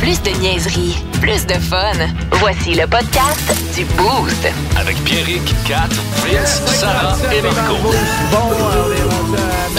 Plus de niaiserie, plus de fun. Voici le podcast du Boost. Avec Pierrick, Kat, Vince, Sarah et Marco. Bon, euh, on est rendu à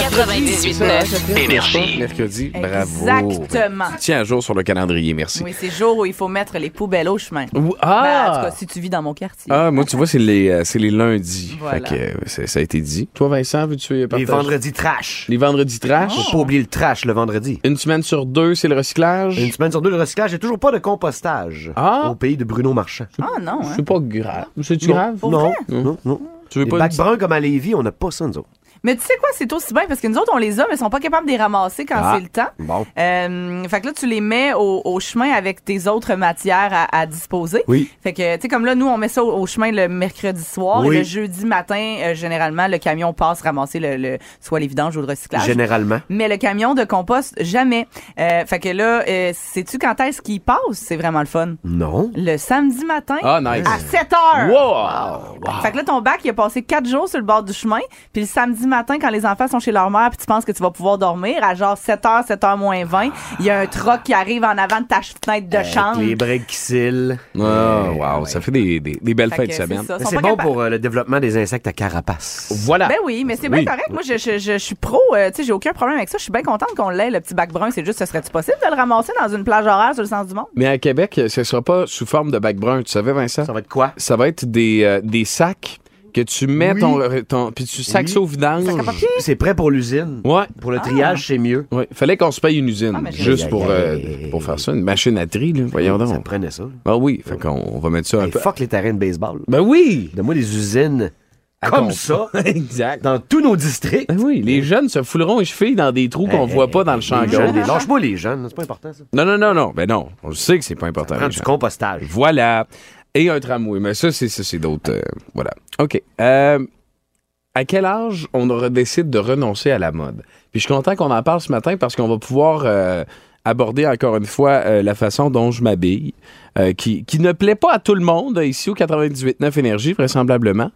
98.9. mercredi, c'est ça, hein, Catherine? Énergie. Mercredi, bravo. Exactement. Tiens un jour sur le calendrier, merci. Oui, c'est le jour où il faut mettre les poubelles au chemin. Ou- Ben, en tout ah! cas, si tu vis dans mon quartier. ah, moi, tu vois, c'est les, euh, c'est les lundis. Voilà. Fait que euh, c'est- ça a été dit. Toi, Vincent, veux-tu euh, Les partager? vendredis trash. Les vendredis trash. Faut pas oublier le trash le vendredi. Une semaine sur deux, c'est le recyclage. Une semaine sur deux, le recyclage, j'ai toujours pas de compostage. Ah. Au pays de Bruno Marchand. Ah non, hein. C'est pas grave. C'est-tu Non. grave? Pour non, vrai? non, non. Tu veux Les pas bacs une- bruns comme à Lévis, on n'a pas ça, nous autres. Mais tu sais quoi, c'est aussi bien parce que nous autres, on les a, mais ils sont pas capables de les ramasser quand Ah, c'est le temps. bon. Euh, fait que là, tu les mets au, au chemin avec tes autres matières à, à disposer. Oui. Fait que, tu sais, comme là, nous, on met ça au, au chemin le mercredi soir Oui. et le jeudi matin, euh, généralement, le camion passe ramasser le, le- soit les vidanges ou le recyclage. Généralement. mais le camion de compost, jamais. Euh, fait que là, euh, sais-tu quand est-ce qu'il passe? C'est vraiment le fun. Non. Le samedi matin Ah, nice. à 7 heures. Wow! Fait que là, ton bac, il a passé quatre jours sur le bord du chemin. Puis le samedi matin, quand les enfants sont chez leur mère, puis tu penses que tu vas pouvoir dormir, à genre 7h, 7h moins 20, il y a un troc qui arrive en avant de ta fenêtre de chambre. Euh, Avec les briques qui scellent. Ah, wow, ça fait des, des, des belles Fait fêtes que de c'est semaine. ça, Bah, ils Mais sont C'est pas bon capables. pour euh, le développement des insectes à carapace. Voilà. Ben oui, mais c'est Oui. bien correct. Moi, je, je, je, je suis pro. euh, tu sais, j'ai aucun problème avec ça. Je suis bien contente qu'on l'ait, le petit bac brun. C'est juste, ce serait-tu possible de le ramasser dans une plage horaire sur le sens du monde? Mais à Québec, ce sera pas sous forme de bac brun. Tu savais, Vincent? Ça va être quoi? ça va être des, euh, des sacs que tu mets Oui. ton, euh, ton- puis tu sacs Oui. ça au vidange. C'est prêt pour l'usine. Ouais. Pour le triage, c'est mieux. Ouais, fallait qu'on se paye une usine Ah, mais j'ai- juste Aïe, pour, aïe, euh, aïe. pour faire ça, une machine à tri, là. voyons Ça donc. prenait ça. Ah oui, fait qu'on on va mettre ça un Et peu. fuck les terrains de baseball. Ben oui, Donne-moi des usines comme ça exact. dans tous nos districts. Ben oui, les jeunes se fouleront les chevilles dans des trous qu'on Hey, voit hey, pas dans le champ les gauche. jeunes, les- Lâche-moi les jeunes, c'est pas important ça. Non, non, non, non, ben non, on sait que c'est pas important. Prends les du gens. compostage. Voilà. Et un tramway, mais ça, c'est ça, c'est d'autres. euh, voilà. OK. Euh, à quel âge on aura- décide de renoncer à la mode? Puis je suis content qu'on en parle ce matin parce qu'on va pouvoir euh, aborder encore une fois euh, la façon dont je m'habille, euh, qui, qui ne plaît pas à tout le monde euh, ici au 98.9 Énergie, vraisemblablement.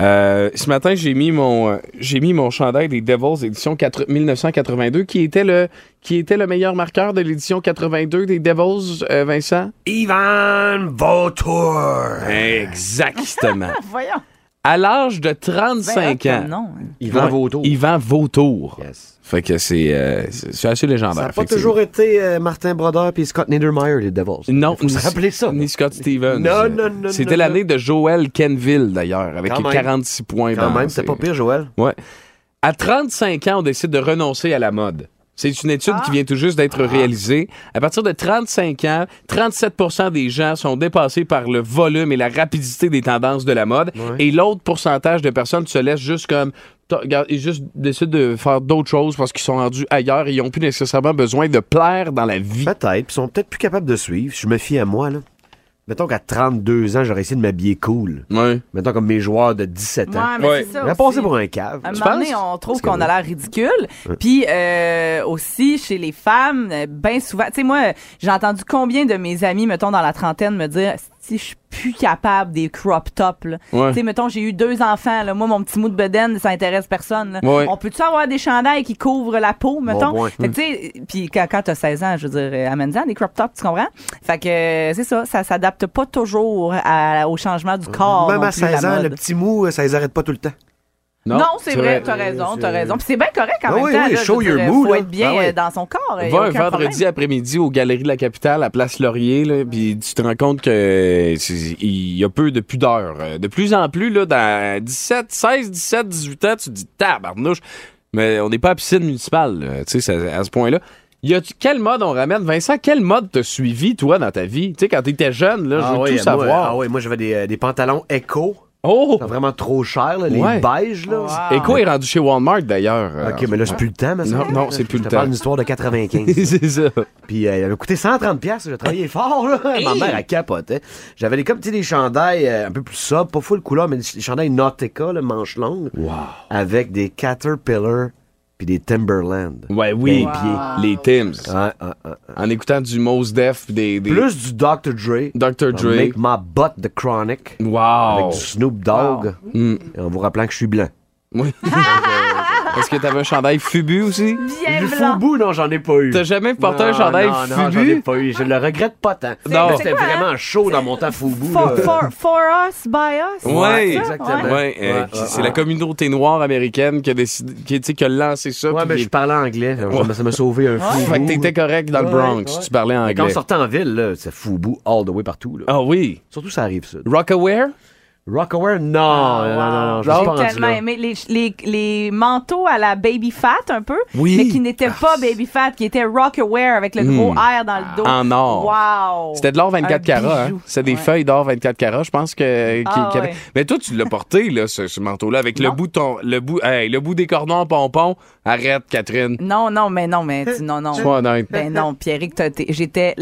Euh, ce matin, j'ai mis mon euh, j'ai mis mon chandail des Devils édition 4 1982 qui était le qui était le meilleur marqueur de l'édition 82 des Devils euh, Vincent Ivan Vautour. Exactement. Voyons. À l'âge de Ben, 35 ah, ans, Non. Ivan Vautour. Yvan Vautour. Yes. Fait que c'est euh, c'est c'est assez légendaire. Ça n'a pas effectivement. toujours été euh, Martin Brodeur puis Scott Niedermeyer, les Devils. Non, Faut se ni- rappeler ça. Ni Scott Stevens. Non, non, non, C'était non, l'année de Joel Kenville, d'ailleurs, avec Quand les même. 46 points Quand dans- même, c'est pas pire, Joël. Ouais. À 35 ans, on décide de renoncer à la mode. C'est une étude Ah. qui vient tout juste d'être réalisée. À partir de 35 ans, 37 des gens sont dépassés par le volume et la rapidité des tendances de la mode. Et l'autre pourcentage de personnes se laissent juste comme... T'as- regarde, Ils juste décident de faire d'autres choses parce qu'ils sont rendus ailleurs et ils n'ont plus nécessairement besoin de plaire dans la vie. Peut-être, puis ils sont peut-être plus capables de suivre. Je me fie à moi, là. Mettons qu'à 32 ans, j'aurais essayé de m'habiller cool. Ouais. Mettons comme mes joueurs de 17 ans. Ouais, mais Ouais. c'est ça. J'aurais aussi. passé pour un cave. À un Tu moment donné, penses? on trouve Parce que qu'on a l'air ridicule. Puis euh, aussi, chez les femmes, bien souvent... Tu sais, moi, euh, j'ai entendu combien de mes amis, mettons, dans la trentaine, me dire... Si je suis plus capable des crop tops, là. Ouais. Tu sais, mettons, j'ai eu deux enfants, là. Moi, mon petit mou de bedaine, ça intéresse personne, là. Ouais. On peut-tu avoir des chandails qui couvrent la peau, mettons? point. Fait que, tu sais, puis quand, quand t'as 16 ans, je veux dire, euh, amène-en des crop tops, tu comprends? Fait que, euh, c'est ça, ça s'adapte pas toujours à- au changement du corps. Même non à plus, la 16 ans, mode. le petit mou, euh, ça les arrête pas tout le temps. Non, c'est vrai, t'as raison, t'as raison. Puis c'est bien correct en Ben même oui, temps. oui, là, je show veux your dire, mood, faut là. être bien Ben oui. euh, dans son corps. y a Va un aucun vendredi problème. après-midi aux Galeries de la Capitale à Place Laurier, là, puis tu te rends compte que c'est- il y a peu de pudeur. Euh, De plus en plus, là, dans 17, 16, 17, 18 ans, tu te dis tabarnouche, mais on n'est pas à piscine municipale, là, tu sais, ça- à ce point-là. Y a quelle mode on ramène? Vincent, quelle mode t'as suivi, toi, dans ta vie? Tu sais, quand t'étais jeune, là, je veux tout moi, savoir. ah oui, moi j'avais des, euh, des pantalons éco. Oh! Pas Vraiment trop cher, là, les Ouais. beiges. Là. Ah. Et quoi est rendu chez Walmart, d'ailleurs? euh, Ah, Ok, mais là, c'est plus le temps, mais ça. Non, non, c'est plus Je le te temps. parle d'une histoire de 95. c'est ça. Puis euh, il avait coûté 130 pièces, j'ai travaillé fort là. Ma mère elle capotait. J'avais des comme tu sais, des chandails euh, un peu plus sobres, pas full couleur mais des, des chandails Nautica là, manches longues avec des Caterpillar puis des Timberland. Ouais, oui. Des pieds. Les Tims. Ouais, ouais, ouais, ouais. En écoutant du Mos Def, pis des, des Ah. Plus du Dr Dre. Dr. Dre. Make my butt the chronic. Wow. Mm. Avec du Snoop Dogg. En vous rappelant que je suis blanc. Oui. Est-ce que t'avais un chandail Fubu aussi? Bien Le blanc. Fubu, non, j'en ai pas eu. T'as jamais porté un Non, chandail non, non, j'en ai Fubu? pas eu. Je le regrette pas tant. Non. Mais C'est C'était quoi, vraiment chaud dans mon temps Fubu. For, là. for, for us, by us. Ouais, c'est ça? exactement. Ouais. Ouais, euh, Ouais, qui- ouais, c'est ouais. la communauté noire américaine qui a décidé, qui, tu sais, qui a lancé ça. Ouais, puis mais les- je parlais anglais. Alors, Ça m'a sauvé un Fubu. Fait que t'étais correct dans le Ouais, Bronx, ouais. tu parlais Mais Quand on anglais. sortait en ville, là, c'est Fubu all the way partout. là. Ah oui. Surtout ça arrive sud. Rockaware? Oh. Rockaware, non, non, non, non, je suis pas J'ai rendu Ah, tellement là. aimé les, les, les manteaux à la baby fat un peu, Oui. mais qui n'étaient pas baby fat, qui étaient rock aware avec le gros air dans le dos. Mm. En or. Wow. C'était de l'or 24 Un carats. bijou. Hein? C'était des Ouais. feuilles d'or 24 carats, je pense que. qui- Ah, qui avait- ouais. Mais toi, tu l'as porté, là, ce, ce manteau-là, avec le bout, de ton, le, bout, hey, le bout des cordons en pompon. Arrête, Catherine. Non, non, mais non, mais tu- non, non. Sois honnête. Ben non, Pierrick, t'as- t'es- j'étais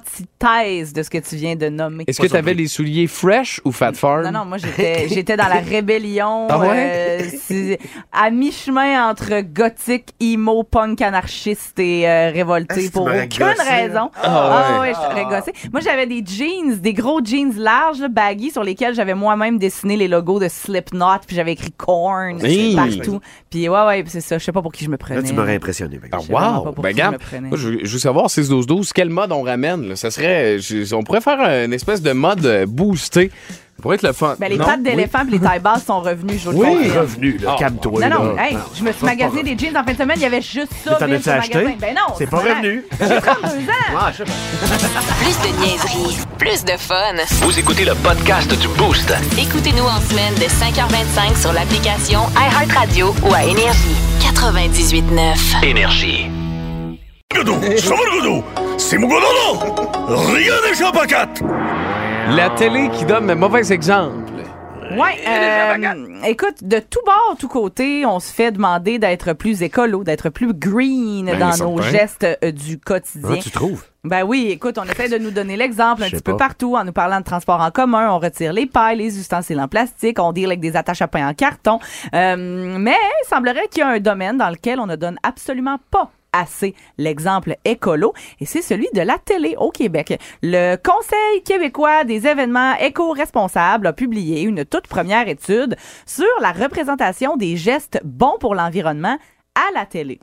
l'antithèse de ce que tu viens de nommer. Est-ce que t'avais les souliers fresh ou fat farm? Non, non, moi j'étais j'étais dans la rébellion, Ah ouais? euh, c'est- à mi-chemin entre gothique, emo, punk, anarchiste et euh, révolté Est-ce que pour tu m'aurais aucune gossé, là? raison. hein. Ah ouais. je serais gossée. Moi j'avais des jeans, des gros jeans larges, là, baggy, sur lesquels j'avais moi-même dessiné les logos de Slipknot, puis j'avais écrit Korn Hey! partout. Puis ouais, ouais, puis c'est ça. Je sais pas pour qui je me prenais. Là, tu m'aurais impressionné. mec. Ah, sais vraiment wow! pas pour Ben, qui je regarde, me prenais. moi, je, veux- je veux savoir, 6-12-12, quelle mode on ramène? là? Ça serait. je- on pourrait faire une espèce de mode euh, boosté. Ça pourrait être le fun. Ben, les Non? pattes Oui. d'éléphant puis les tailles basses sont revenues, je vous le Oui, confirme. revenu, là, Ah. calme-toi. Non, non, là. hey, je me suis magasiné des jeans en fin de semaine, il y avait juste ça. Mais t'en vide as-tu sur le magasin. acheté? Ben non, C'est pas vrai. revenu. J'ai 32 ans. Ah, je sais pas. Plus de niaiserie, plus de fun. Vous écoutez le podcast du Boost. Écoutez-nous en semaine de 5h25 sur l'application iHeartRadio ou à Énergie. 98.9. Énergie. La télé qui donne le mauvais exemple. Ouais, euh, écoute, de tout bord, tout côté, on se fait demander d'être plus écolo, d'être plus green Ben, dans certain. nos gestes euh, du quotidien. Ah, tu trouves? Ben oui, écoute, on essaie de nous donner l'exemple un Je sais petit peu pas. partout en nous parlant de transport en commun. On retire les pailles, les ustensiles en plastique, on deal avec des attaches à pain en carton. Euh, mais il semblerait qu'il y a un domaine dans lequel on ne donne absolument pas assez l'exemple écolo et c'est celui de la télé au Québec. Le Conseil québécois des événements éco-responsables a publié une toute première étude sur la représentation des gestes bons pour l'environnement à la télé.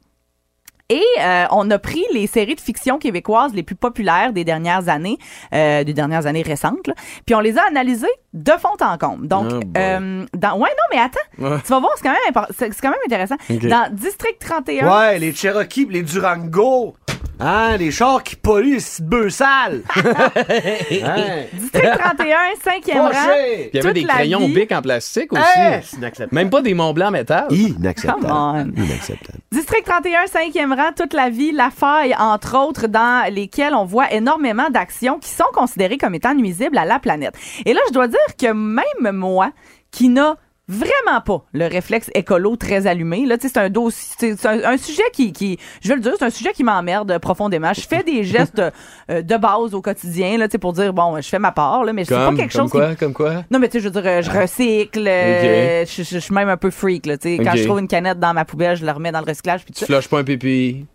Et euh, on a pris les séries de fiction québécoises les plus populaires des dernières années, euh, des dernières années récentes, là, puis on les a analysées de fond en comble. Donc, Ah, boy. euh, dans... ouais, non, mais attends, Ouais. tu vas voir, c'est quand même, impor- c'est c'est quand même intéressant. Ok. Dans District 31, Ouais, les Cherokees, les Durango. Hein, les chars qui polluent, c'est bœufs sales. hein. District 31, cinquième Oh, rang. shit. Il y avait Toute des la crayons vie- Euh, bic en plastique aussi. Hey, c'est inacceptable. Même pas des Mont Blanc métal. Inacceptable. Come on. Inacceptable. District 31, cinquième rang, toute la vie, la faille, entre autres, dans lesquelles on voit énormément d'actions qui sont considérées comme étant nuisibles à la planète. Et là, je dois dire que même moi, qui n'a vraiment pas le réflexe écolo très allumé. Là, tu sais, c'est un dossier, c'est- c'est un, un sujet qui, qui, je vais le dire, c'est un sujet qui m'emmerde profondément. Je fais des gestes euh, de base au quotidien, là, tu sais, pour dire bon, je fais ma part, là, mais c'est pas Comme, quelque comme chose qui quoi, comme quoi. non, mais tu sais, je veux dire, euh, je recycle, euh, je, je- je suis même un peu freak, là, tu sais. Quand Ok. je trouve une canette dans ma poubelle, je la remets dans le recyclage, puis tout Tu ça. flushes pas un pipi.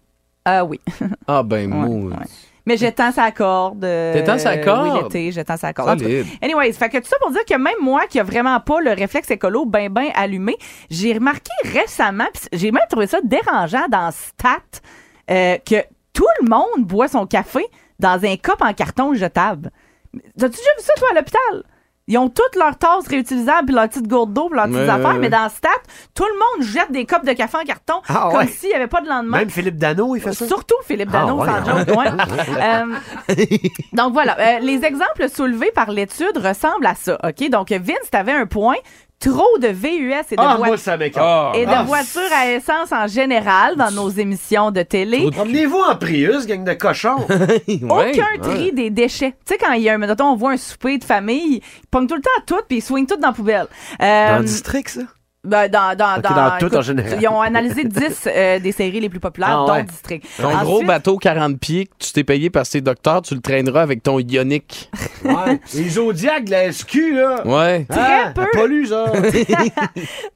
Ah oui. Ah ben, Ouais, maud. ouais. Mais j'étends sa corde. euh, T'étends sa Oui, corde? l'été, j'étends sa corde. En tout cas, Solide. Anyways, fait que tout ça pour dire que même moi qui a vraiment pas le réflexe écolo ben ben allumé, j'ai remarqué récemment, pis j'ai même trouvé ça dérangeant dans Stat euh, que tout le monde boit son café dans un cup en carton jetable. T'as-tu déjà vu ça toi à l'hôpital? Ils ont toutes leurs tasses réutilisables, puis leurs petites gourdes d'eau, puis leurs petites Ouais, affaires, ouais, ouais. mais dans Stat, tout le monde jette des copes de café en carton Ah, comme ouais. s'il n'y avait pas de lendemain. Même Philippe Dano, il fait ça. Surtout Philippe Dano, Ah, sans ouais. joke, ouais. Euh, donc voilà, Euh, les exemples soulevés par l'étude ressemblent à ça, OK? Donc Vince, t'avais un point. Trop de VUS et de, Ah, voi- moi, ça m'écarte. Ah, et de ah. voitures à essence en général dans nos émissions de télé. Promenez-vous en Prius, gang de cochons. ouais. Aucun tri des déchets. Tu sais, quand il y a un, mettons, on voit un souper de famille, ils pognent tout le temps tout puis ils swingent tout dans la poubelle. Euh, Dans le district, ça. ben, dans, dans, Ok, dans tout en général. Ils ont analysé 10 euh, des séries les plus populaires, Ah, dont ouais. District. Ton gros Ensuite- bateau 40 pieds que tu t'es payé par tes docteurs, tu le traîneras avec ton ionique. Ouais. Les Zodiacs de la SQ, là. Ouais. Ah, peu. t'as Pas lu, ça.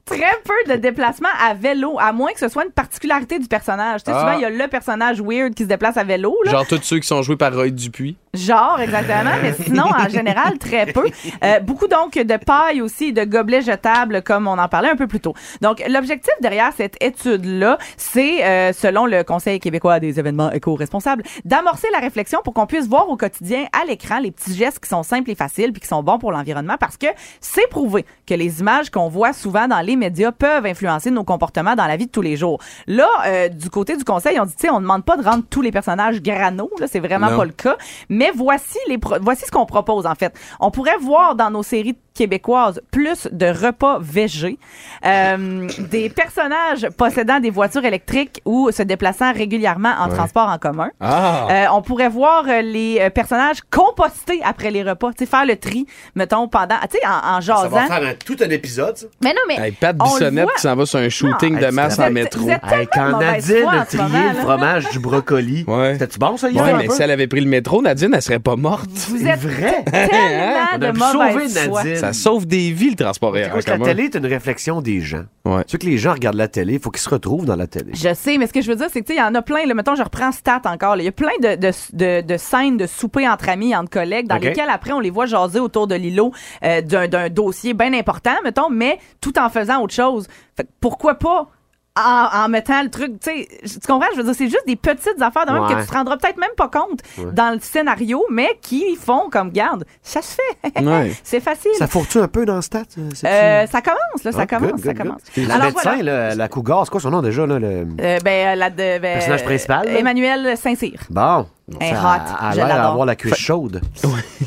Très peu de déplacements à vélo, à moins que ce soit une particularité du personnage. Tu sais, Ah. souvent, il y a le personnage weird qui se déplace à vélo, là. Genre tous ceux qui sont joués par Roy Dupuis. Genre, exactement, mais sinon, en général, très peu. Euh, beaucoup donc de pailles aussi et de gobelets jetables, comme on en parlait un peu plus tôt. Donc, l'objectif derrière cette étude-là, c'est, euh, selon le Conseil québécois des événements éco-responsables, d'amorcer la réflexion pour qu'on puisse voir au quotidien, à l'écran, les petits gestes qui sont simples et faciles puis qui sont bons pour l'environnement parce que c'est prouvé que les images qu'on voit souvent dans les médias peuvent influencer nos comportements dans la vie de tous les jours. Là, euh, du côté du conseil, on dit, tu sais, on demande pas de rendre tous les personnages granos, là, c'est vraiment Non. pas le cas. Mais voici les pro- voici ce qu'on propose en fait. On pourrait voir dans nos séries québécoises plus de repas végés, euh, des personnages possédant des voitures électriques ou se déplaçant régulièrement en transport en commun. Ah! Euh, on pourrait voir euh, les euh, personnages compostés après les repas, tu sais, faire le tri, mettons, pendant, tu sais, en, en jasant. Ça va faire un- tout un épisode, ça. Mais non, mais Hey, Pat on le Bissonnette voit. qui s'en va Ah, sur un shooting Non, de hey, masse c'est en vrai. métro. Vous êtes Hey, tellement quand de mauvaise Nadine foi en a ce trié moment, le là. fromage du brocoli, Ouais. c'était-tu bon, ça, hier? Ouais, un mais peu? si elle avait pris le métro, Nadine, elle serait pas morte. Vous êtes vrai. tellement hein? On Ah, de a pu sauver mauvaise foi. Nadine. Ça sauve des vies, le transport C'est aérien. quoi, c'est que la télé est une réflexion des gens. Ouais. Tu veux que les gens regardent la télé, il faut qu'ils se retrouvent dans la télé. Je sais, mais ce que je veux dire, c'est que, tu sais, il y en a plein. Là, mettons, je reprends Stat encore. là. Il y a plein de, de, de, de scènes de souper entre amis, entre collègues, dans OK. lesquelles, après, on les voit jaser autour de l'îlot euh, d'un d'un dossier bien important, mettons, mais tout en faisant autre chose. Fait que pourquoi pas? En, en mettant le truc, tu sais, je- tu comprends? Je veux dire, c'est juste des petites affaires de même que Ouais. tu te rendras peut-être même pas compte dans le scénario, mais qui font comme, garde, ça se fait. Ouais. c'est facile. Ça fourre-tu un peu dans le stat? euh, c'est-tu- Euh, ça commence, là, ça Ah, commence, good, ça good, commence. good. La Alors, médecin, voilà. là, la cougar, c'est quoi son nom déjà? Là, le... Euh, ben, la de, ben, Personnage principal, là. Emmanuel Saint-Cyr. Bon. Elle est Ça hot, a- Elle a je l'air l'adore. d'avoir la cuisse chaude.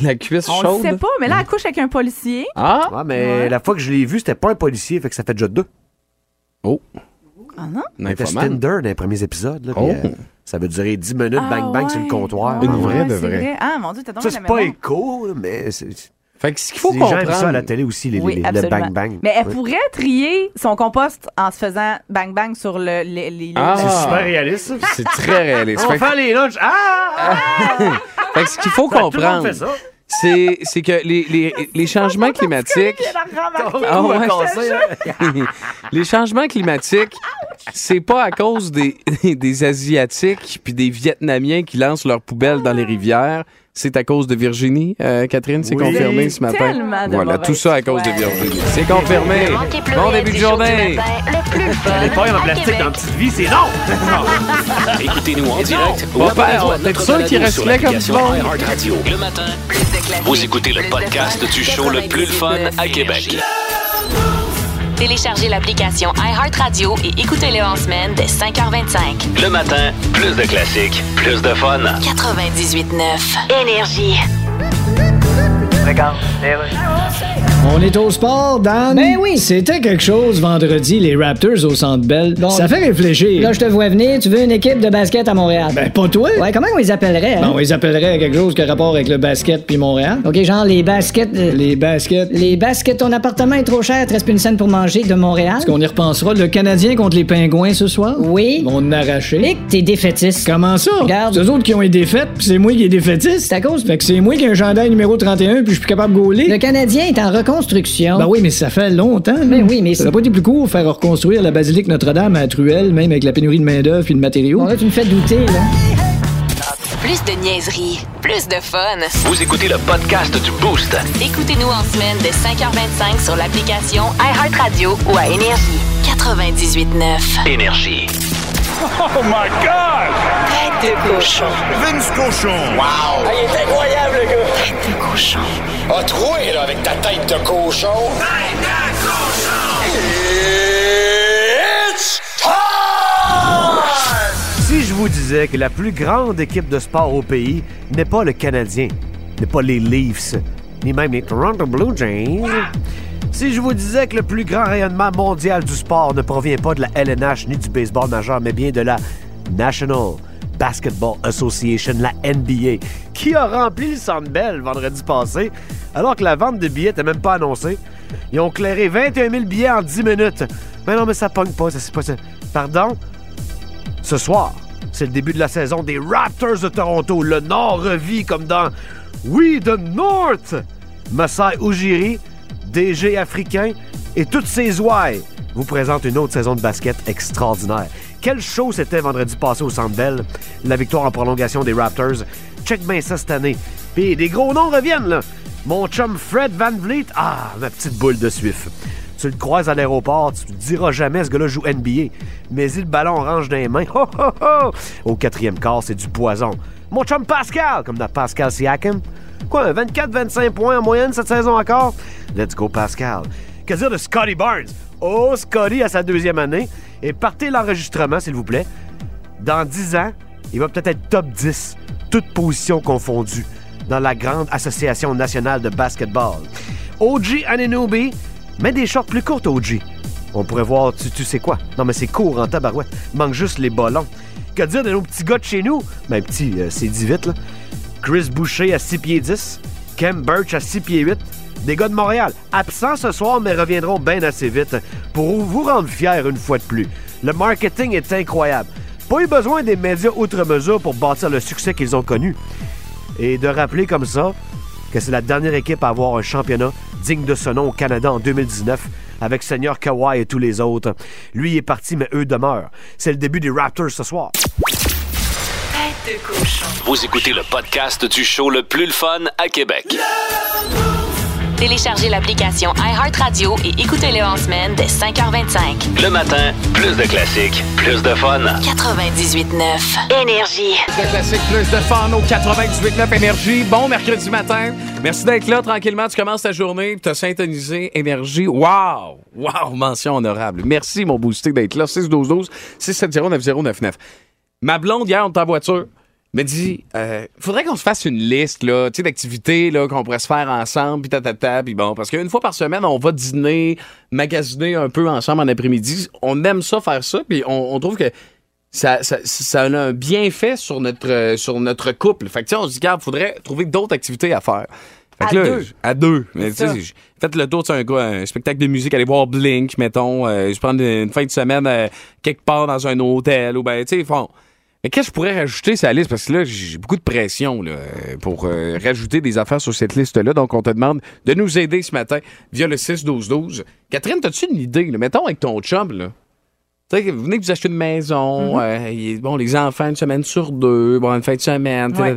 La cuisse On chaude. le sait pas, mais Hmm. là, elle couche avec un policier. Ah! Ouais, mais la fois que je l'ai vu, c'était pas un policier, fait que ça fait déjà deux. Oh! Ah non? Un C'était infomane. Tinder dans les premiers épisodes. là, puis, Oh. euh, ça veut durer 10 minutes, Ah, bang bang, sur le comptoir. Une Ah, vraie. ouais. de c'est vraie. Ah, mon Dieu, t'as donc Ça, la c'est pas mémoire. écho, là, mais c'est- Fait que ce qu'il faut les gens aiment comprendre. ça à la télé aussi, les, Oui, les- le absolument. bang bang. Mais elle Ouais. pourrait trier son compost en se faisant bang-bang sur le, les, les- Ah. le- C'est super réaliste. ça. C'est très réaliste. On Fait, va que- faire les lunchs. Ah! fait que ce qu'il faut Tout le monde comprendre, fait ça. c'est c'est que les, les, les changements climatiques. Je viens de remarquer. Ah Tout ouais. est cassé, hein. les changements climatiques, c'est pas à cause des, des Asiatiques puis des Vietnamiens qui lancent leurs poubelles dans les rivières. C'est à cause de Virginie, euh, Catherine, c'est Oui. confirmé ce matin. Tellement de voilà, tout mauvaise ça à cause de foi. Virginie. C'est confirmé. Manquez plus Bon rien début du de show journée. du matin, le plus fun Les pailles en à plastique Québec. dans petite vie, c'est non! Écoutez-nous en direct ou Mon abonnez-vous père, à t'es notre sûr qu'il balado sur restait comme l'application bon? iHeartRadio. Le matin, Plus de classiques, vous écoutez le plus de podcast fun. du show le plus fun à 98.9. Québec. Téléchargez l'application iHeartRadio et écoutez-le en semaine dès 5h25. Le matin, plus de classiques, plus de fun. 98.9. Énergie. On est au sport, Dan. Ben oui. C'était quelque chose vendredi, les Raptors au Centre Bell. ça fait réfléchir. Là, je te vois venir, tu veux une équipe de basket à Montréal. ben pas toi. Ouais, comment on les appellerait? Ben, hein? on les appellerait à quelque chose qui a rapport avec le basket puis Montréal. OK, genre les baskets. euh, les... Les baskets. baskets, ton appartement est trop cher, te reste plus une scène pour manger de Montréal. Est-ce qu'on y repensera? Le Canadien contre les Pingouins ce soir? Oui. Ils vont nous arracher. Et que t'es défaitiste. Comment ça? Regarde. C'est eux autres qui ont été défaites, puis c'est moi qui ai défaitiste. C'est à cause. Fait que c'est moi qui ai un gendarme numéro 31, puis je suis plus capable de gauler. Le Canadien est en reconstruction. Ben oui, mais ça fait longtemps. Mais là. oui, mais Ça c'est- n'a pas été plus court faire reconstruire la basilique Notre-Dame à Truelle, même avec la pénurie de main-d'œuvre puis de matériaux. Bon, là, tu me fais douter, là. Plus de niaiserie. Plus de fun. Vous écoutez le podcast du Boost. Écoutez-nous en semaine dès 5h25 sur l'application iHeartRadio ou à Énergie. 98.9. Énergie. Vince Cochon. Wow! il est incroyable, le gars! Tête de cochon. Ah, troué, là, avec ta tête de cochon. Tête de cochon! It's time! Si je vous disais que la plus grande équipe de sport au pays n'est pas le Canadien, n'est pas les Leafs, ni même les Toronto Blue Jays, si je vous disais que le plus grand rayonnement mondial du sport ne provient pas de la LNH ni du baseball majeur, mais bien de la National Basketball Association, la NBA, qui a rempli le Centre Bell vendredi passé, alors que la vente de billets n'était même pas annoncée. Ils ont clairé 21 000 billets en 10 minutes. Mais non, mais ça pogne pas, ça c'est pas ça. Pardon? Ce soir, c'est le début de la saison des Raptors de Toronto. Le Nord revit comme dans We the North! Masai Ujiri, DG africain et toutes ses ouailles vous présente une autre saison de basket extraordinaire. Quel show c'était vendredi passé au Centre Bell. La victoire en prolongation des Raptors. Check bien ça cette année. Puis des gros noms reviennent, là. Mon chum Fred Van Vliet. Ah, ma petite boule de suif. Tu le croises à l'aéroport, tu te diras jamais ce gars-là joue NBA. Mais il le ballon orange dans les mains. Ho, ho, ho! Au quatrième quart, c'est du poison. Mon chum Pascal, comme dans Pascal Siakam. Quoi, un 24-25 points en moyenne cette saison encore? Let's go Pascal. Que dire de Scotty Barnes? Oh, Scotty à sa deuxième année. Et partez l'enregistrement, s'il vous plaît. Dans 10 ans, il va peut-être être top 10, toutes positions confondues, dans la grande Association nationale de basketball. OG Ananobi, mais des shorts plus courtes, OG. On pourrait voir, tu, tu sais quoi? Non, mais c'est court en tabarouette. Manque juste les ballons. Que dire de nos petits gars de chez nous? Ben, petit, euh, c'est dit vite, là. Chris Boucher à 6 pieds 10. Kem Birch à 6 pieds 8. Des gars de Montréal, absents ce soir, mais reviendront bien assez vite pour vous rendre fiers une fois de plus. Le marketing est incroyable. Pas eu besoin des médias outre mesure pour bâtir le succès qu'ils ont connu. Et de rappeler comme ça que c'est la dernière équipe à avoir un championnat digne de ce nom au Canada en 2019 avec Seigneur Kawhi et tous les autres. Lui il est parti, mais eux demeurent. C'est le début des Raptors ce soir. Tête de cochon. Vous écoutez le podcast du show le plus le fun à Québec. Téléchargez l'application iHeartRadio et écoutez-le en semaine dès 5h25. Le matin, plus de classiques, plus de fun. 98.9. Énergie. Le classique plus de fun au 98.9 Énergie. Bon mercredi matin. Merci d'être là tranquillement. Tu commences ta journée, tu as syntonisé Énergie. Wow! Wow! Mention honorable. Merci, mon boosté, d'être là. 612 670-9099. Ma blonde, hier, on était en voiture. Me dit, euh, faudrait qu'on se fasse une liste là, tu sais, d'activités là, qu'on pourrait se faire ensemble, puis tatata, puis bon, parce qu'une fois par semaine, on va dîner, magasiner un peu ensemble en après-midi. On aime ça faire ça, puis on, on trouve que ça, ça, ça a un bienfait sur notre, euh, sur notre couple. Fait que, tu sais, on se dit, regarde, faudrait trouver d'autres activités à faire. Fait que À là, deux. j- À deux. Mais tu ça. sais, j- faites le tour, de un, gars, un spectacle de musique, aller voir Blink, mettons, euh, je prends une, une fin de semaine euh, quelque part dans un hôtel, ou ben, tu sais, font. Mais qu'est-ce que je pourrais rajouter sur la liste? Parce que là, j'ai beaucoup de pression là, euh, pour euh, rajouter des affaires sur cette liste-là. Donc, on te demande de nous aider ce matin via le 6-12-12. Catherine, as-tu une idée? là? Mettons avec ton chum, là. Tu sais, que vous venez que vous achetez une Mm-hmm. maison, euh, il est- bon, les enfants une semaine sur deux, bon, une fin de semaine. t'sais. Ouais.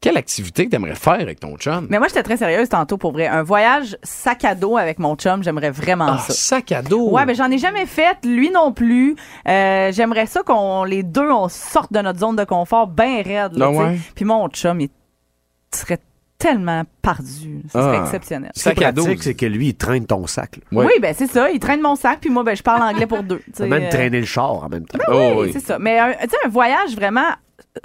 Quelle activité t'aimerais faire avec ton chum? Mais moi, j'étais très sérieuse tantôt pour vrai. Un voyage sac à dos avec mon chum, j'aimerais vraiment Ah, ça. sac à dos! Ouais, mais j'en ai jamais fait, lui non plus. Euh, j'aimerais ça qu'on les deux on sorte de notre zone de confort bien raide. là, Ah tu sais. ouais? Puis mon chum, il serait tellement perdu. Ce serait Ah. exceptionnel. Ce qui Sac est à dos. pratique, c'est que lui, il traîne ton sac. là. Ouais. Oui, ben c'est ça. Il traîne mon sac, puis moi, ben je parle anglais pour deux. tu T'as sais, même euh, traîner le char en même temps. Oh, oui, oui. c'est ça. Mais un- tu sais, un voyage vraiment.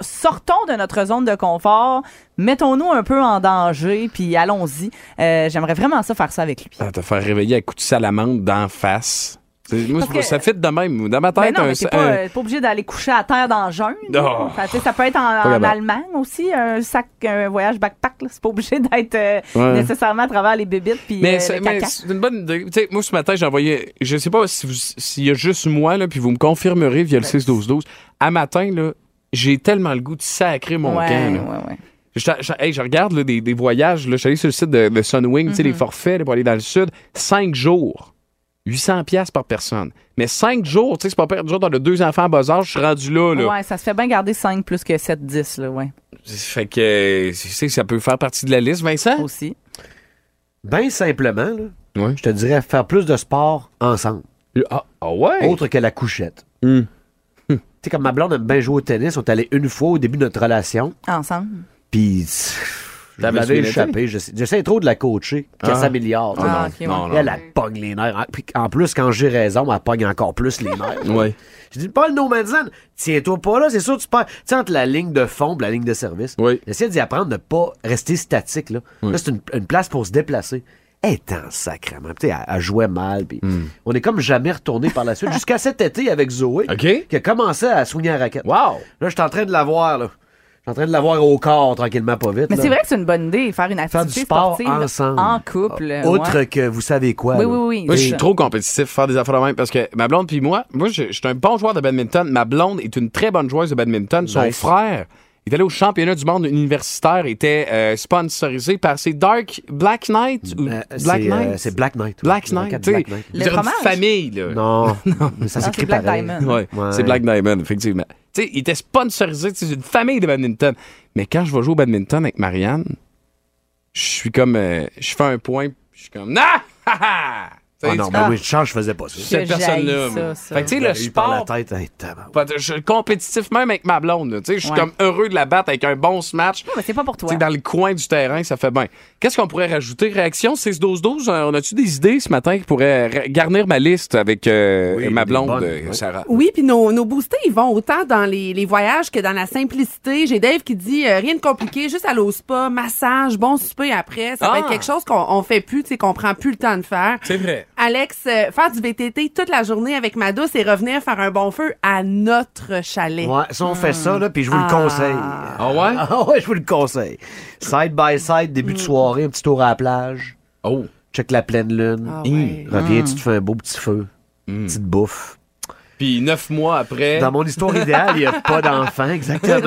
Sortons de notre zone de confort, mettons-nous un peu en danger, puis allons-y. Euh, J'aimerais vraiment ça faire ça avec lui. Ah, te faire réveiller à coups de salamande d'en face. C'est- Moi, Parce c'est- que- ça fit de même. Dans ma Ben tête, non, un- mais t'es pas, un- euh, pas obligé d'aller coucher à terre dans le jeune. là. Non. Ça, tu sais, ça peut être en, en capable. Allemagne aussi, un sac, un voyage backpack. là. C'est pas obligé d'être euh, Ouais. nécessairement à travers les bébites puis Mais, euh, c'est- le mais caca. c'est une bonne idée. Tu sais, moi, ce matin, j'ai envoyé. Je sais pas si vous- s'il y a juste moi, là, puis vous me confirmerez via le 6-12-12. À matin, là, j'ai tellement le goût de sacrer mon Ouais, camp. là. ouais, ouais. Je, je- hey, je regarde là, des, des voyages. Là, je suis allé sur le site de, de Sunwing, tu sais, Mm-hmm. les forfaits là, pour aller dans le sud. Cinq jours. 800 pièces par personne. Mais cinq jours, tu sais, c'est pas pire. Genre, dans le deux enfants en bas âge, je suis rendu là. là. Ouais, ça se fait bien garder 5 plus que 7, 10, là, ouais. Fait que, euh, tu sais, ça peut faire partie de la liste, Vincent. Aussi. Ben simplement, là, Ouais. je te dirais faire plus de sport ensemble, Ah, ah ouais? autre que la couchette. Hmm. Tu sais, comme ma blonde aime bien jouer au tennis, on est allé une fois au début de notre relation, Ensemble. puis je T'avais l'avais souligné. échappé. J'essa- J'essaie trop de la coacher, qu'elle Ah. s'améliore. tu sais. Ah, ok, ouais. Oh, non, non. elle, elle pogne les nerfs. Ah, Puis en plus, quand j'ai raison, elle pogne encore plus les nerfs. Ouais. J'ai dit, Paul No Man's Land, tiens-toi pas là, c'est sûr, tu perds. Tu sais, entre la ligne de fond et la ligne de service. Oui. J'essaie d'y apprendre de ne pas rester statique. Là, Oui. Là, c'est une, une place pour se déplacer. Elle est en sacrement. Puis, tu sais, elle, elle jouait mal. puis Hmm. On est comme jamais retourné par la suite. Jusqu'à cet été avec Zoé, OK. qui a commencé à soigner la raquette. Wow! Là, je suis en train de la voir. Là. Je suis en train de la voir au corps, tranquillement, pas vite. Mais là. c'est vrai que c'est une bonne idée, faire une activité Faire du sport sportive ensemble. Ah, en couple. Autre ouais. que vous savez quoi. Oui, là. oui, oui. Moi, je suis c'est trop compétitif faire des affaires de même parce que ma blonde puis moi, moi, je, je suis un bon joueur de badminton. Ma blonde est une très bonne joueuse de badminton. Son Nice. frère Il est allé au championnat du monde universitaire, était euh, sponsorisé par ces Dark Black Knight ou Euh, Black c'est, euh, Knight. c'est Black Knight. ouais. Black Le Knight, quatre tu sais. Black Knight. Je dirais une fromage? famille, là. Non, mais ça Ah, s'écrit c'est Black pareil. Diamond. Ouais, Ouais. c'est Black Diamond, effectivement. Tu sais, il était sponsorisé, c'est une famille de badminton. Mais quand je vais jouer au badminton avec Marianne, je suis comme. euh, je fais un point, puis je suis comme. Ah! Ha, ha! Tu sais, Ah non, c'est mais oui, Charles, je faisais pas ça. cette Que personne-là. j'haïs moi. ça, ça. Fait que, tu sais, le Ben, Il par la sport. tête, hein, tabarnak. pas de- Je suis compétitif même avec ma blonde. là, Tu sais, je suis Ouais. comme heureux de la battre avec un bon smash. mais c'est pas pour toi. Tu sais, dans le coin du terrain, ça fait bien. Qu'est-ce qu'on pourrait rajouter? Réaction 6-12-12, euh, on a-tu des idées ce matin qui pourraient ra- garnir ma liste avec euh, Oui, ma des blonde, bonnes, euh, oui. Sarah? Oui, puis nos, nos boostés, ils vont autant dans les, les voyages que dans la simplicité. J'ai Dave qui dit euh, rien de compliqué, juste aller au spa, massage, bon souper après. Ça Ah! peut être quelque chose qu'on on fait plus, tu sais, qu'on prend plus le temps de faire. C'est vrai. Alex, euh, faire du VTT toute la journée avec ma douce et revenir faire un bon feu à notre chalet. Ouais, si on fait ça, là, puis je vous le Ah. conseille. Ah ouais? Ah ouais, je vous le conseille. Side by side, début de soirée, un petit tour à la plage. Oh. Check la pleine lune. Ah Hum. ouais. Reviens, tu te fais un beau petit feu. Petite bouffe. Puis neuf mois après. Dans mon histoire idéale, il n'y a pas d'enfant, exactement.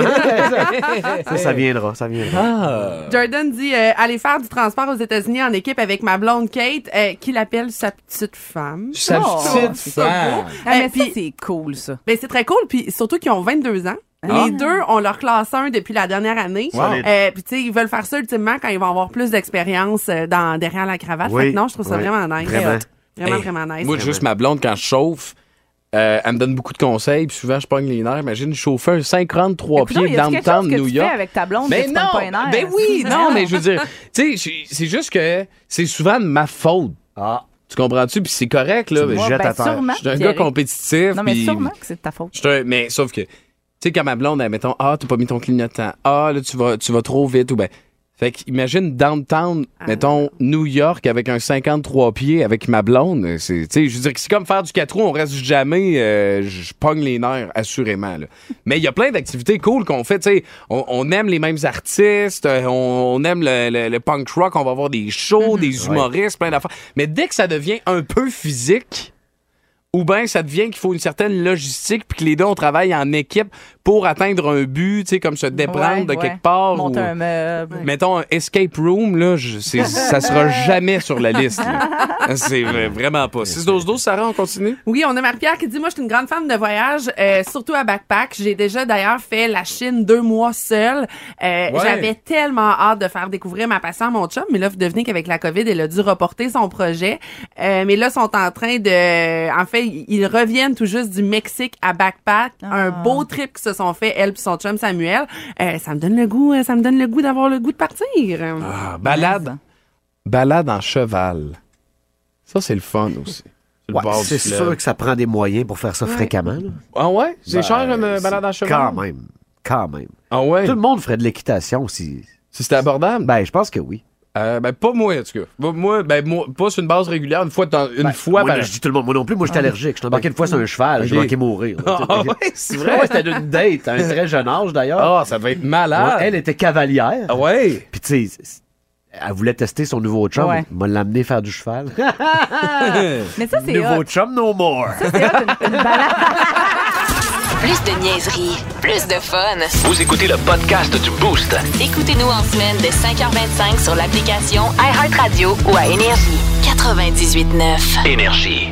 ça, ça viendra, ça viendra. Ah. Jordan dit euh, aller faire du transport aux États-Unis en équipe avec ma blonde Kate, euh, qui l'appelle sa petite femme. Sa Oh, petite femme. Ah, mais Euh, ça, puis- c'est cool, ça. Ben, c'est très cool, puis surtout qu'ils ont 22 ans. Ah. Les deux ont leur classe 1 depuis la dernière année. Solide. Euh, puis tu sais, ils veulent faire ça ultimement quand ils vont avoir plus d'expérience euh, dans derrière la cravate. Oui. Fait que non, je trouve ça Oui. vraiment nice. Vraiment. Vraiment, Hey, vraiment nice. Moi, juste ma blonde, quand je chauffe, euh, elle me donne beaucoup de conseils, puis souvent, je pogne les nerfs. Imagine, chauffer un 53 Écoute, donc, pieds y a-tu quelque downtown chose que New tu York. fais avec ta blonde Mais que tu non, prends pas un air? ben oui, non, mais je veux dire, tu sais, c'est- c'est juste que c'est souvent de ma faute. Ah, Tu comprends-tu? Puis c'est correct, là. Tu mais vois, je- jette ben, à terre. sûrement, Je suis un gars Pierrick. compétitif. Non, mais puis- sûrement que c'est de ta faute. je suis un- mais sauf que, tu sais, quand ma blonde, elle, mettons, ah, t'as pas mis ton clignotant, ah, là, tu vas, tu vas trop vite, ou ben. Fait qu'imagine downtown, mettons, New York avec un 53 pieds avec ma blonde. C'est, tu sais, je veux dire que c'est comme faire du 4 roues, on reste jamais, euh, je pogne les nerfs, assurément, là. Mais il y a plein d'activités cool qu'on fait, tu sais. On, on aime les mêmes artistes, euh, on, on aime le, le- le punk rock, on va voir des shows, des humoristes, plein d'affaires. Mais dès que ça devient un peu physique, ou bien ça devient qu'il faut une certaine logistique puis que les deux on travaille en équipe pour atteindre un but, tu sais comme se déprendre Ouais, de ouais. quelque part Monte ou un meuble. mettons un escape room là, je, c'est- ça sera jamais sur la liste. là. C'est vrai- vraiment pas. 6 12 12 Sarah on continue Oui, on a Marie-Pierre qui dit Moi, je suis une grande femme de voyage, euh, surtout à backpack. J'ai déjà d'ailleurs fait la Chine deux mois seule. Euh, J'avais tellement hâte de faire découvrir ma passion à mon chum, mais là, vous devenez qu'avec la COVID, elle a dû reporter son projet. Euh, mais là, ils sont en train de. En fait, ils reviennent tout juste du Mexique à backpack. Un beau trip qu'ils se sont fait, elle et son chum Samuel. Euh, ça me donne le goût, euh, ça me donne le goût d'avoir le goût de partir. Ah, balade. Balade en cheval. Ça c'est le fun aussi. Sur le ouais, bord du c'est fleuve. sûr que ça prend des moyens pour faire ça fréquemment. là. Ah ouais, c'est Ben, cher une c'est balade en cheval. Quand même, quand même. Ah ouais. Tout le monde ferait de l'équitation si. Si c'était abordable. Ben, je pense que oui. Euh, ben pas moi en tout cas. Moi, Moi ben moi, pas sur une base régulière, une fois de temps- une fois Moi, par je dis tout le monde. Moi non plus, moi, je suis allergique. Je t'ai embarqué une fois sur un cheval, j'ai Ok. manqué mourir. Ah ouais, c'est vrai. Ouais, c'était d'une date, à un très jeune âge d'ailleurs. Ah, ça va être malade. Ouais, elle était cavalière. Ah ouais. Puis, tu sais, c- elle voulait tester son nouveau chum. Ouais. Elle m'a l'amené faire du cheval. Mais ça, c'est nouveau hot. chum, no more. Ça, c'est hot, une, une balade. Plus de niaiserie, plus de fun. Vous écoutez le podcast du Boost. Écoutez-nous en semaine de 5h25 sur l'application iHeartRadio ou à Énergie. 98.9. Énergie.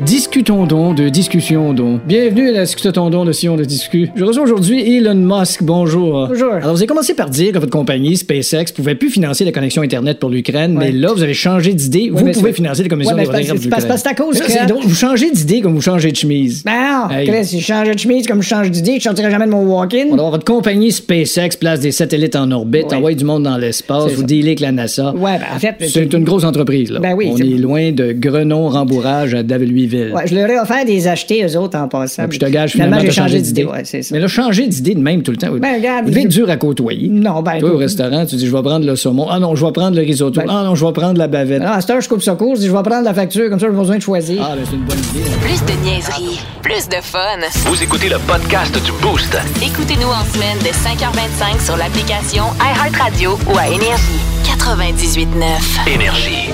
Discutons donc de discussion donc. Bienvenue à la discutons donc de Sion de Discu. Je reçois aujourd'hui Elon Musk. Bonjour. Bonjour. Alors, vous avez commencé par dire que votre compagnie SpaceX pouvait plus financer la connexion Internet pour l'Ukraine, mais là, vous avez changé d'idée. vous mais pouvez c'est- financer la commission Ouais, de mais c'est parce- l'Ukraine. c'est parce- parce que c'est à cause que- vous changez d'idée comme vous changez de chemise. Ben non, Hey. Chris, si je changeais de chemise comme je change d'idée, je sortirais jamais de mon walk-in. On va avoir votre compagnie SpaceX place des satellites en orbite, Ouais. envoie du monde dans l'espace, C'est vous ça. dealez avec la NASA. Ouais, ben en fait, C'est une grosse entreprise, là. Ben oui, On c'est- est loin de Grenon-Rembourrage à Daveluiville. ouais, je leur ai offert des achetés eux autres en passant. Ah, puis je te gage, finalement, j'ai t'as changé d'idée. Ouais, c'est ça. Mais là, changer d'idée de même tout le temps. oui. Ben, regarde, Vous devez je- être dur à côtoyer. Non, ben. Toi, au écoute, restaurant, tu dis, je vais prendre le saumon. Ah non, je vais prendre le risotto. Ben- Ah non, je vais prendre la bavette. non, à cette heure, je coupe ça court, je dis, je vais prendre la facture, comme ça, j'ai pas besoin de choisir. Ah, ben, c'est une bonne idée. là. Plus de niaiserie, plus de fun. Vous écoutez le podcast du Boost. Écoutez-nous en semaine de 5h25 sur l'application iHeartRadio ou à Énergie. 98.9. Énergie.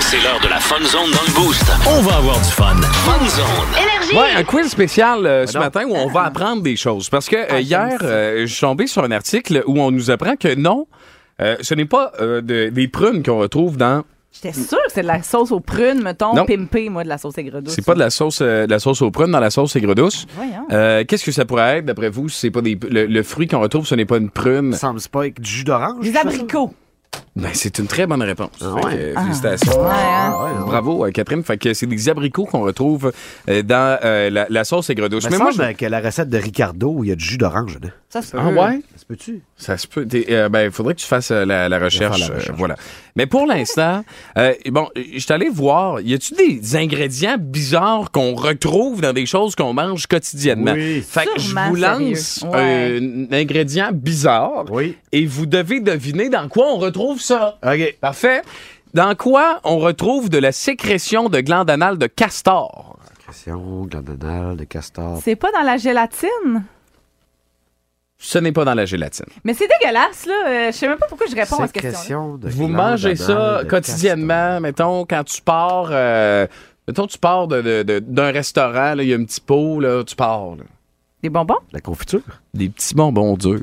C'est l'heure de la Fun Zone dans le Boost. On va avoir du fun. Fun Zone. Énergie. Ouais, un quiz spécial euh, ce matin où on va apprendre des choses. Parce que euh, hier, euh, je suis tombé sur un article où on nous apprend que non, euh, ce n'est pas euh, de- des prunes qu'on retrouve dans. J'étais sûre que c'est de la sauce aux prunes, mettons, Non. pimpée, moi, de la sauce aigre douce. C'est pas de la sauce, euh, de la sauce aux prunes dans la sauce aigre douce. Voyons. Euh, Qu'est-ce que ça pourrait être d'après vous si C'est pas des le, le fruit qu'on retrouve, ce n'est pas une prune. Semble pas avec du jus d'orange. Des abricots. Ben, c'est une très bonne réponse. Fait ouais. que, Félicitations. Ah. Ah Bravo, euh, Catherine. Fait que c'est des abricots qu'on retrouve euh, dans euh, la, la sauce aigre douce. Mais, moi, que la recette de Ricardo où il y a du jus d'orange dedans. Ça se Ah ouais? Ça se peut-tu? Ça se peut. T'es- euh, ben, il faudrait que tu fasses euh, la, la recherche. faire la euh, recherche. voilà. Mais pour l'instant, euh, bon, je suis allé voir, y a-tu des ingrédients bizarres qu'on retrouve dans des choses qu'on mange quotidiennement? Oui. Fait que je Sûrement, vous lance sérieux. euh, un ingrédient bizarre Oui. et vous devez deviner dans quoi on retrouve ça. OK. Parfait. Dans quoi on retrouve de la sécrétion de glandes anales de castor? Question, glandonal, de castor. C'est pas dans la gélatine. Ce n'est pas dans la gélatine. Mais c'est dégueulasse, là. Euh, je sais même pas pourquoi je réponds à cette question. Sécrétion de Vous glandes mangez ça anales de quotidiennement, mettons, quand tu pars, euh, mettons, tu pars de- de- de- d'un restaurant, là, il y a un petit pot, là, tu pars. là. Des bonbons? castor. La confiture? Des petits bonbons durs.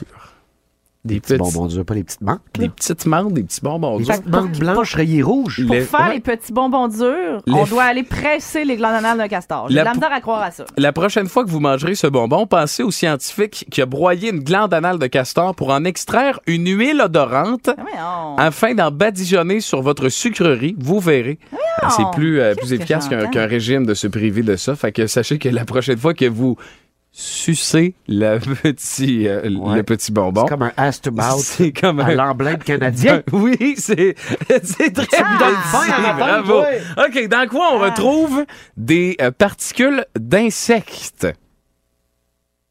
Des, Petits petits- bonbons durs, pas les petites manques. là. Des petites mandes, des petits bonbons Les durs. petites manques blanches rayées rouges. Pour Les- faire Euh, ouais. les petits bonbons durs, Les- on doit aller presser les glandes anales d'un castor. J'ai La de la pou- misère à croire à ça. La prochaine fois que vous mangerez ce bonbon, pensez au scientifique qui a broyé une glande anale de castor pour en extraire une huile Ah. odorante Mais on... afin d'en badigeonner sur votre sucrerie. Vous verrez. Euh, C'est plus, euh, Qu'est-ce plus que efficace qu'un j'entends? qu'un régime de se priver de ça. Fait que sachez que la prochaine fois que vous sucez la petit, euh, l- Ouais. le petit bonbon, C'est comme un ass to mouth c'est comme à un- l'emblème canadien. Oui, c'est c'est très bien dit, à matin, bravo. Ah, toi. Ah. OK, dans quoi on retrouve des euh, particules d'insectes?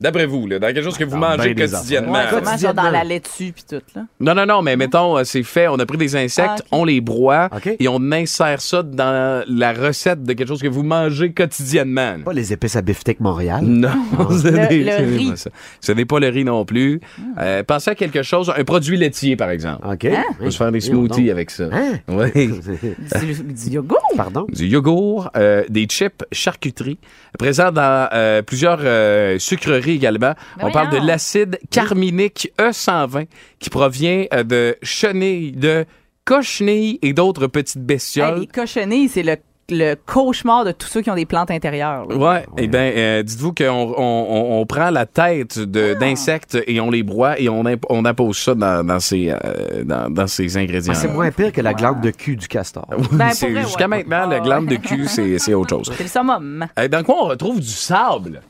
D'après vous, là, dans quelque chose que vous Dans mangez ben des quotidiennement. affaires. là. Comment genre dans la laitue puis tout, là? Non, non, non, mais mettons, euh, c'est fait, on a pris des insectes, Ah, ok. on les broie Ok. et on insère ça dans la recette de quelque chose que vous mangez quotidiennement. là. Pas les épices à Beefsteak Montréal. Non, ce n'est- ce le n'est riz. Ah. pas ça. Ce n'est pas le riz non plus. Euh, pensez à quelque chose, un produit laitier, par exemple. OK. Hein? On peut se faire des smoothies avec Ah, ça. Hein? Oui. Du, du yogourt? Pardon? du yogourt, euh, des chips, charcuterie, présent dans euh, plusieurs euh, sucreries également. Mais On parle de Ben voyons. l'acide carminique E120 qui provient euh, de chenilles, de cochenilles et d'autres petites Hey, bestioles. les cochonnées, c'est le, le cauchemar de tous ceux qui ont des plantes intérieures. là. Ouais, eh bien, dites-vous qu'on on, on- on prend la tête de- Ah. d'insectes et on les broie et on, imp- on impose ça dans, dans ces, euh, dans, dans ces ingrédients. C'est moins pire que la glande de cul du castor. Ah, Ben, pour vrai, Jusqu'à ouais. maintenant, la Ah, glande de cul, c'est c'est autre chose. C'est le summum. Euh, dans quoi on retrouve du sable?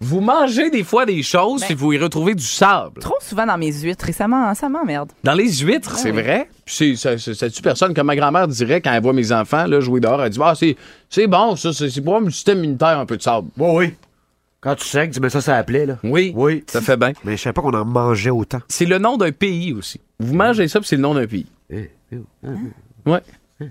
Vous mangez des fois des choses si vous y retrouvez du sable. Trop souvent dans mes huîtres. Récemment, hein, ça m'emmerde. Dans les huîtres, c'est vrai. Puis C'est, ça- ça- ça tue personne. Comme ma grand-mère dirait quand elle voit mes enfants là, jouer dehors, elle dit Ah, c'est, c'est bon, ça, c'est, c'est pour mon système immunitaire un peu de sable. Oui, oui. Quand tu sais que tu mets ça ça la plaie, là. Oui. Oui. Ça fait bien. Mais je savais pas qu'on en mangeait autant. C'est le nom d'un pays aussi. Vous mangez ça, puis c'est le nom d'un pays. Eh, eh, eh. Ouais. Hmm.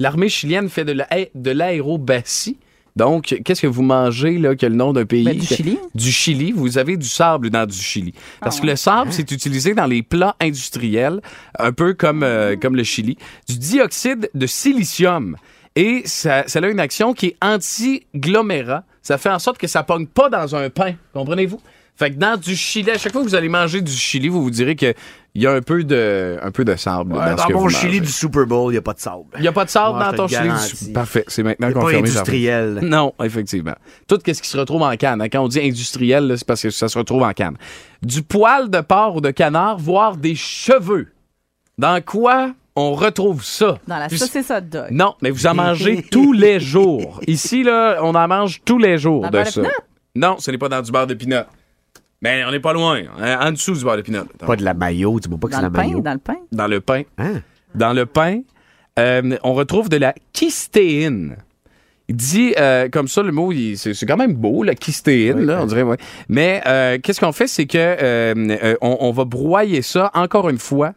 L'armée chilienne fait de, la, de l'aérobatie. Donc, qu'est-ce que vous mangez, là, qui a le nom d'un pays? Ben, du que- Chili. Ah Du Chili. Vous avez du sable dans du Chili. Parce que le Hein? sable, c'est utilisé dans les plats industriels, un peu comme, Ah. euh, comme le Chili. Du dioxyde de silicium. Et ça, ça a une action qui est anti-glomérat. Ça fait en sorte que ça pogne pas dans un pain. Comprenez-vous? Fait que dans du Chili, à chaque fois que vous allez manger du Chili, vous vous direz qu'il y a un peu de, un peu de sable Ouais, dans, ce dans que mon vous chili mangez. du Super Bowl, il n'y a pas de sable. Il n'y a pas de sable Moi, dans je ton te le chili. garantis. Parfait, c'est maintenant C'est pas confirmé. Jean-François. industriel. Non, effectivement. Tout ce qui se retrouve en canne. hein. Quand on dit industriel, là, c'est parce que ça se retrouve en canne. Du poil de porc ou de canard, voire des cheveux. Dans quoi on retrouve ça? Dans la Puis- saucisse hot dog. Non, mais vous en mangez tous les jours. Ici, là, on en mange tous les jours Dans le de beurre de ça. pinot? non, ce n'est pas dans du beurre de pinot. Mais on n'est pas loin. hein, En dessous du beurre de pinot. Pas de la maillot, dis-moi pas que Dans c'est la le pain, maillot. dans le pain. Dans le pain. Hein? dans le pain, euh, on retrouve de la kystéine. Il dit, euh, comme ça, le mot, il- c'est c'est quand même beau, la kystéine, là, on dirait, ouais. Mais euh, qu'est-ce qu'on fait, c'est que euh, euh, on, on va broyer ça encore une fois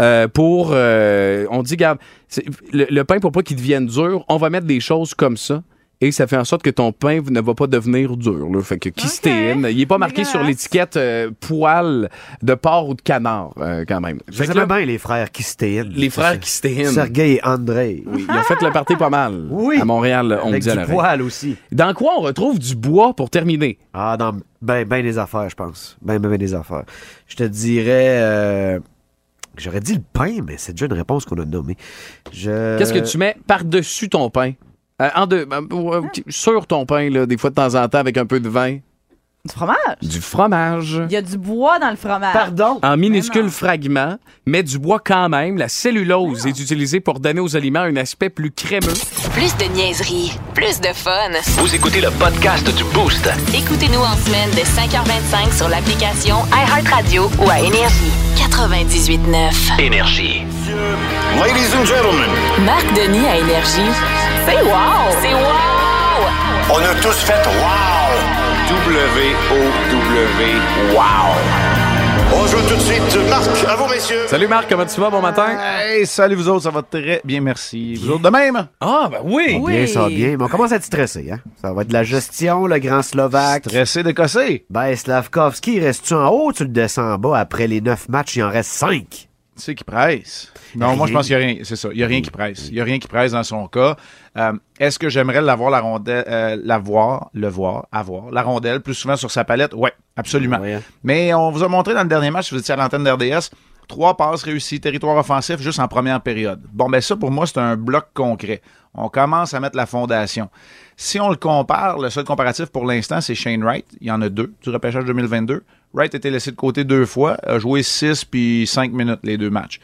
euh, pour... euh, on dit, regarde, c'est- le, le pain, pour pas qu'il devienne dur, on va mettre des choses comme ça. et ça fait en sorte que ton pain ne va pas devenir dur. Là. Fait que kystéine, il n'est pas marqué sur l'étiquette euh, poil de porc ou de canard euh, quand même. Je Fait que sais là, bien les frères Kistéine. Les frères Kistéine. Sergei et Andrei. Oui, ils ont fait le party pas mal. Oui. À Montréal, on me Avec dit à du l'oreille. poil aussi. Dans quoi on retrouve du bois pour terminer? Ah, dans ben, ben des affaires, je pense. Ben, ben, ben des affaires. Je te dirais... euh, J'aurais dit le pain, mais c'est déjà une réponse qu'on a nommée. Je... Qu'est-ce que Euh. tu mets par-dessus ton pain? Euh, en deux- euh, euh, sur ton pain, là, des fois de temps en temps, avec un peu de vin. Du fromage? Du fromage. Il y a du bois dans le fromage. Pardon? En minuscules fragments, mais du bois quand même. La cellulose est utilisée pour donner aux aliments un aspect plus crémeux. Plus de niaiserie, plus de fun. Vous écoutez le podcast du Boost. Écoutez-nous en semaine de 5h25 sur l'application iHeartRadio ou à Énergie. 98.9. Énergie. Ladies and gentlemen, Marc Denis à Énergie. C'est wow! C'est wow! on a tous fait wow! W-O-W, wow! Bonjour tout de suite, Marc, à vous messieurs! Salut Marc, comment tu vas? Bon matin. Hey, salut vous autres, ça va très bien, merci. Vous autres de même? Ah, ben oui! Bien, ça va bien. Mais on commence à être stressé, hein? Ça va être de la gestion, le grand Slovaque. Stressé d'écossais. Ben, Slavkovski, restes-tu en haut ou tu le descends en bas? Après les neuf matchs, il en reste cinq. Tu sais qui presse. Non, moi je Rien. pense qu'il n'y a rien. C'est ça. Il n'y a rien qui presse. Il n'y a rien qui presse dans son cas. Euh, Est-ce que j'aimerais l'avoir la rondelle, euh, la voir, le voir, avoir, la rondelle plus souvent sur sa palette? Ouais, absolument. Ouais, hein. Mais on vous a montré dans le dernier match, si vous étiez à l'antenne d'RDS, trois passes réussies, territoire offensif juste en première période. Bon, ben ça, pour moi, c'est un bloc concret. On commence à mettre la fondation. Si on le compare, le seul comparatif pour l'instant, c'est Shane Wright. Il y en a deux du repêchage 2022. Wright a été laissé de côté deux fois, a joué six puis cinq minutes les deux matchs.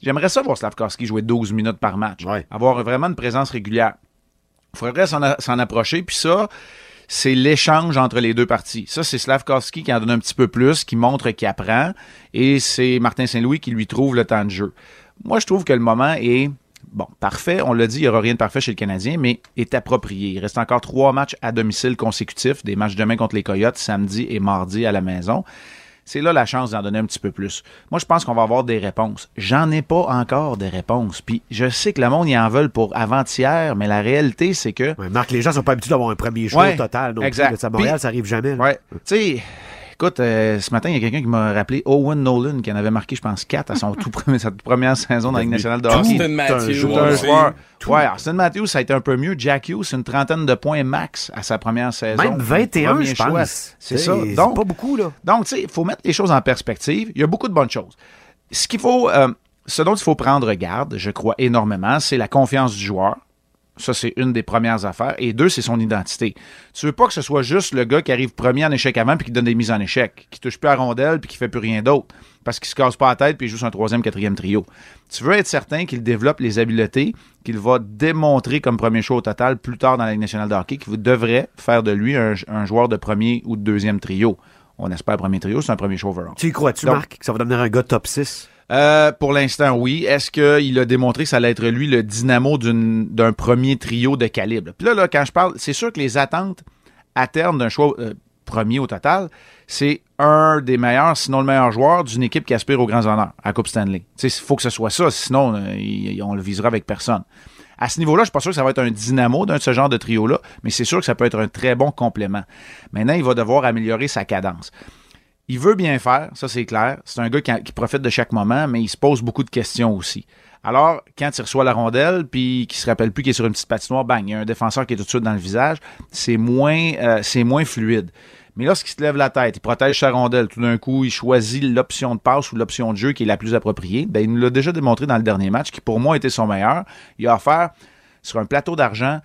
J'aimerais ça voir Slavkovski jouer 12 minutes par match. Ouais. Avoir vraiment une présence régulière. Il faudrait s'en a- s'en approcher. Puis ça, c'est l'échange entre les deux parties. Ça, c'est Slavkovski qui en donne un petit peu plus, qui montre qu'il apprend, et c'est Martin Saint-Louis qui lui trouve le temps de jeu. Moi, je trouve que le moment est, bon, parfait. On l'a dit, il n'y aura rien de parfait chez le Canadien, mais est approprié. Il reste encore trois matchs à domicile consécutifs, des matchs demain contre les Coyotes, samedi et mardi à la maison. C'est là la chance d'en donner un petit peu plus. Moi, je pense qu'on va avoir des réponses. J'en ai pas encore des réponses. Puis je sais que le monde y en veut pour avant-hier, mais la réalité, c'est que Ouais, Marc, les gens sont pas habitués d'avoir un premier show Ouais, total. Non exact. Plus, là, à Montréal, Puis- ça arrive jamais. là. Ouais. Tu sais, écoute, euh, ce matin, il y a quelqu'un qui m'a rappelé Owen Nolan, qui en avait marqué, je pense, 4 à son tout premier, sa toute première saison dans la Ligue nationale de hockey. Austin Matthews. Oh, C'est un joueur. Ouais, Austin Matthews, ça a été un peu mieux. Jack Hughes, une trentaine de points max à sa première saison. Même 21, Premier je choix. pense. C'est T'sais, ça. c'est Donc, pas beaucoup, là. donc, tu sais, il faut mettre les choses en perspective. Il y a beaucoup de bonnes choses. Ce qu'il faut, euh, ce dont il faut prendre garde, je crois énormément, c'est la confiance du joueur. Ça, c'est une des premières affaires. Et deux, c'est son identité. Tu veux pas que ce soit juste le gars qui arrive premier en échec avant puis qui donne des mises en échec, qui touche plus à rondelle puis qui fait plus rien d'autre parce qu'il se casse pas la tête puis il joue son troisième, quatrième trio. Tu veux être certain qu'il développe les habiletés qu'il va démontrer comme premier choix au total plus tard dans la Ligue nationale de hockey qui devrait faire de lui un, un joueur de premier ou de deuxième trio. On espère premier trio, c'est un premier choix overall. Tu y crois-tu, Donc- Marc, que ça va devenir un gars top 6? Euh, pour l'instant, oui. Est-ce qu'il a démontré que ça allait être lui le dynamo d'une- d'un premier trio de calibre? Puis là, là, quand je parle, c'est sûr que les attentes à terme d'un choix euh, premier au total, c'est un des meilleurs, sinon le meilleur joueur d'une équipe qui aspire aux grands honneurs à Coupe Stanley. Il faut que ce soit ça, sinon euh, il- on le visera avec personne. À ce niveau-là, je suis pas sûr que ça va être un dynamo d'un de ce genre de trio-là, mais c'est sûr que ça peut être un très bon complément. Maintenant, il va devoir améliorer sa cadence. Il veut bien faire, ça c'est clair. C'est un gars qui, qui profite de chaque moment, mais il se pose beaucoup de questions aussi. Alors, quand il reçoit la rondelle, puis qu'il se rappelle plus qu'il est sur une petite patinoire, bang, il y a un défenseur qui est tout de suite dans le visage, c'est moins, euh, c'est moins fluide. Mais lorsqu'il se lève la tête, il protège sa rondelle, tout d'un coup, il choisit l'option de passe ou l'option de jeu qui est la plus appropriée. Ben, il nous l'a déjà démontré dans le dernier match, qui pour moi était son meilleur. Il a offert sur un plateau d'argent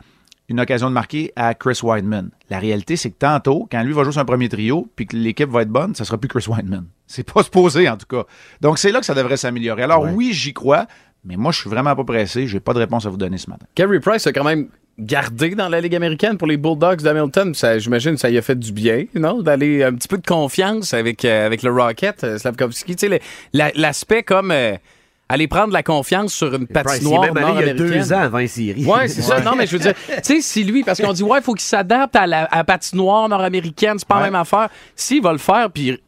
une occasion de marquer à Chris Wideman. La réalité, c'est que tantôt, quand lui va jouer sur un premier trio, puis que l'équipe va être bonne, ça sera plus Chris Wideman. C'est pas supposé, en tout cas. Donc, c'est là que ça devrait s'améliorer. Alors, oui, j'y crois, mais moi, je suis vraiment pas pressé. J'ai pas de réponse à vous donner ce matin. Carey Price a quand même gardé dans la Ligue américaine pour les Bulldogs d'Hamilton. Ça, J'imagine ça y a fait du bien, non? D'aller un petit peu de confiance avec, euh, avec le Rocket, euh, Slavkovski. Tu sais, le- la- l'aspect comme euh, aller prendre la confiance sur une patinoire Price, il est même allé il y a nord-américaine. deux ans avant les séries. Ouais, c'est ça. Non, mais je veux dire, tu sais, si lui, parce qu'on dit, ouais, il faut qu'il s'adapte à la à la patinoire nord-américaine, c'est pas la même affaire. S'il va le faire, puis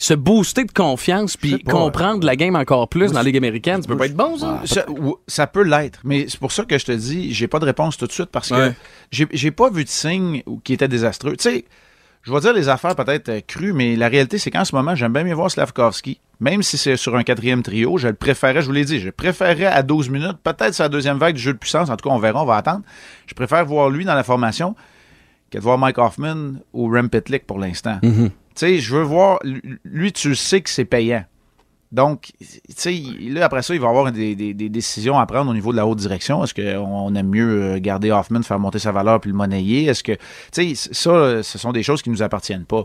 se booster de confiance puis comprendre la game encore plus dans la Ligue américaine. Ça peut pas être bon, ça? Ça, ou- ça peut l'être, mais c'est pour ça que je te dis, j'ai pas de réponse tout de suite parce que Ouais. j'ai j'ai pas vu de signe ou- qui était désastreux. Tu sais, je vais dire les affaires peut-être euh, crues, mais la réalité, c'est qu'en ce moment, j'aime bien mieux voir Slavkovski. Même si c'est sur un quatrième trio, je le préférais, je vous l'ai dit, je le préférais à 12 minutes, peut-être sur la deuxième vague du jeu de puissance, en tout cas, on verra, on va attendre. Je préfère voir lui dans la formation que de voir Mike Hoffman ou Rem Pitlick pour l'instant. Tu sais, je veux voir, lui- lui, tu le sais que c'est payant. Donc, tu sais, il- là, après ça, il va y avoir des, des- des décisions à prendre au niveau de la haute direction. Est-ce qu'on aime mieux euh, garder Hoffman, faire monter sa valeur puis le monnayer? Est-ce que. Tu sais, c- ça, euh, ce sont des choses qui nous appartiennent pas.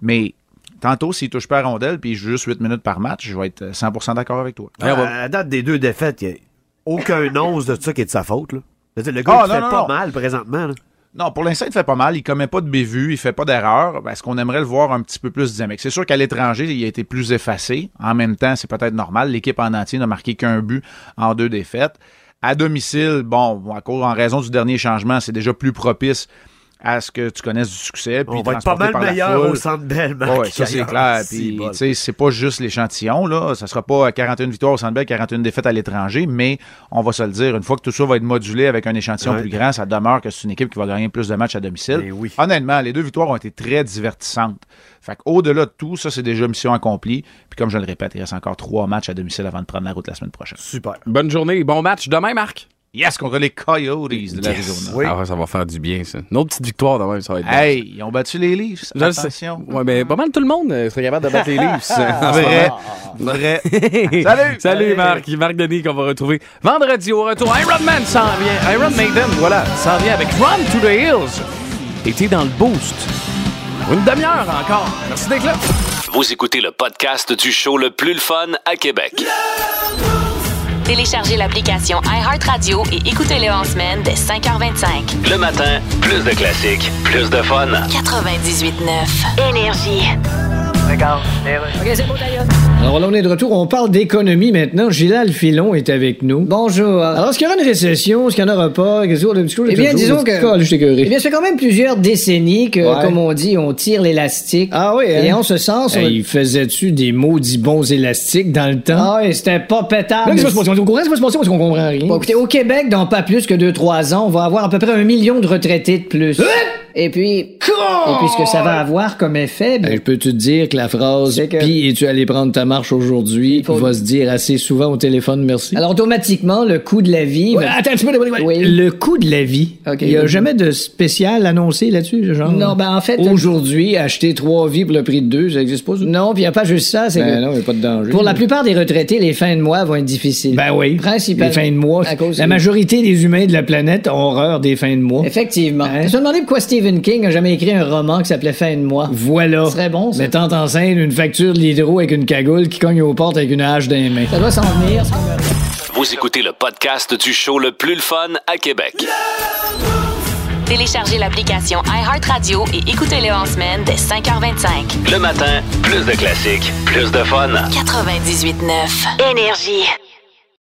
Mais tantôt, s'il touche pas à la rondelle puis il joue juste 8 minutes par match, je vais être euh, 100% d'accord avec toi. À, Ah, à date des deux défaites, il n'y a aucun once de ça qui est de sa faute. Là. Je veux dire, Le gars, Ah, il non, fait non, pas non. mal présentement. là. Non, pour l'instant, il fait pas mal. Il commet pas de bévues, il fait pas d'erreurs. Est-ce qu'on aimerait le voir un petit peu plus dynamique? C'est sûr qu'à l'étranger, il a été plus effacé. En même temps, c'est peut-être normal. L'équipe en entier n'a marqué qu'un but en deux défaites. À domicile, bon, à cause, en raison du dernier changement, c'est déjà plus propice à ce que tu connaisses du succès. Puis On va être transporté pas mal par la meilleur foule. au Centre Ah, Bell, Marc, Ouais, ça, c'est qu'ailleurs. clair. C'est Puis, bol. tu sais, c'est pas juste l'échantillon, là. Ça sera pas euh, 41 victoires au Centre Bell, 41 défaites à l'étranger, mais on va se le dire, une fois que tout ça va être modulé avec un échantillon Ouais. plus grand, ça demeure que c'est une équipe qui va gagner plus de matchs à domicile. ben Honnêtement, les deux victoires ont été très divertissantes. Fait au-delà de tout, ça, c'est déjà mission accomplie. Puis comme je le répète, il reste encore trois matchs à domicile avant de prendre la route la semaine prochaine. Super. Bonne journée, bon match demain, Marc. Yes, contre les Coyotes de l'Arizona. Ah ouais, ça va faire du bien, ça. Une autre petite victoire demain, ça va être bon. Hey, ils ont battu les Leafs. Je le sais. Attention. Ouais, mais pas mal tout le monde euh, serait capable de battre les Leafs. euh, en ce Vrai. moment. Vrai. Salut. Salut, Marc. Marc Denis qu'on va retrouver vendredi au retour. Iron Man s'en vient. Iron Maiden, voilà, s'en vient avec Run to the Hills. Et t'es dans le boost. Une demi-heure encore. Merci d'être là. Vous écoutez le podcast du show le plus le fun à Québec. Téléchargez l'application iHeartRadio et écoutez-le en semaine dès 5h25. Le matin, plus de classiques, plus de fun. 98.9 Énergie. Regarde. OK, c'est beau, d'ailleurs. Alors là, on est de retour. On parle d'économie maintenant. Gilal Filon est avec nous. Bonjour. Alors, est-ce qu'il y aura une récession? Est-ce qu'il n'y en aura pas? Qu'est-ce qu'il y aura de petit coup? Eh bien, Toujours disons de que- petit col, je t'ai écoeuré. Eh bien, ça fait quand même plusieurs décennies que, Ouais. comme on dit, on tire l'élastique. Ah oui, Et en ce sens, on- il faisait-tu des maudits bons élastiques dans le temps? Ah oui, c'était pas pétable. Là, qu'est-ce qui va se passer? On est au courant, qu'est-ce qui va se passer? Parce qu'on comprend rien. Bon, écoutez, au Québec, dans pas plus que 2-3 ans, on va avoir à peu près un million de retraités de Hein? plus. Et puis... Et puis, ce que ça va avoir comme effet... ben, Ben, je peux te dire que la phrase « Puis, es-tu allé prendre ta marche aujourd'hui? » va se dire assez souvent au téléphone « Merci ». Alors, automatiquement, le coût de la vie... Ouais, attends, tu peux... Oui. Le coût de la vie. Ok. Il n'y a jamais de spécial annoncé là-dessus, genre. Non, ben, en fait- Aujourd'hui, acheter trois vies pour le prix de deux, ça n'existe pas. ça? Non, puis il n'y a pas juste ça, c'est Ben que... non, il n'y a pas de danger. Pour la plupart des retraités, les fins de mois vont être difficiles. Ben oui. Principalement. Les fins de mois. À cause La de- majorité des humains de la planète ont horreur des fins de mois. Effectivement. hein? Je me demandais pourquoi Stephen King a jamais écrit un roman qui s'appelait Fin de mois. Voilà. Ce serait bon, ça. Mettant en scène une facture de l'hydro avec une cagoule qui cogne aux portes avec une hache d'un main. Ça doit s'en venir. Vous écoutez le podcast du show le plus le fun à Québec. Téléchargez l'application iHeartRadio et écoutez-le en semaine dès 5h25. Le matin, plus de classiques, plus de fun. 98.9 Énergie.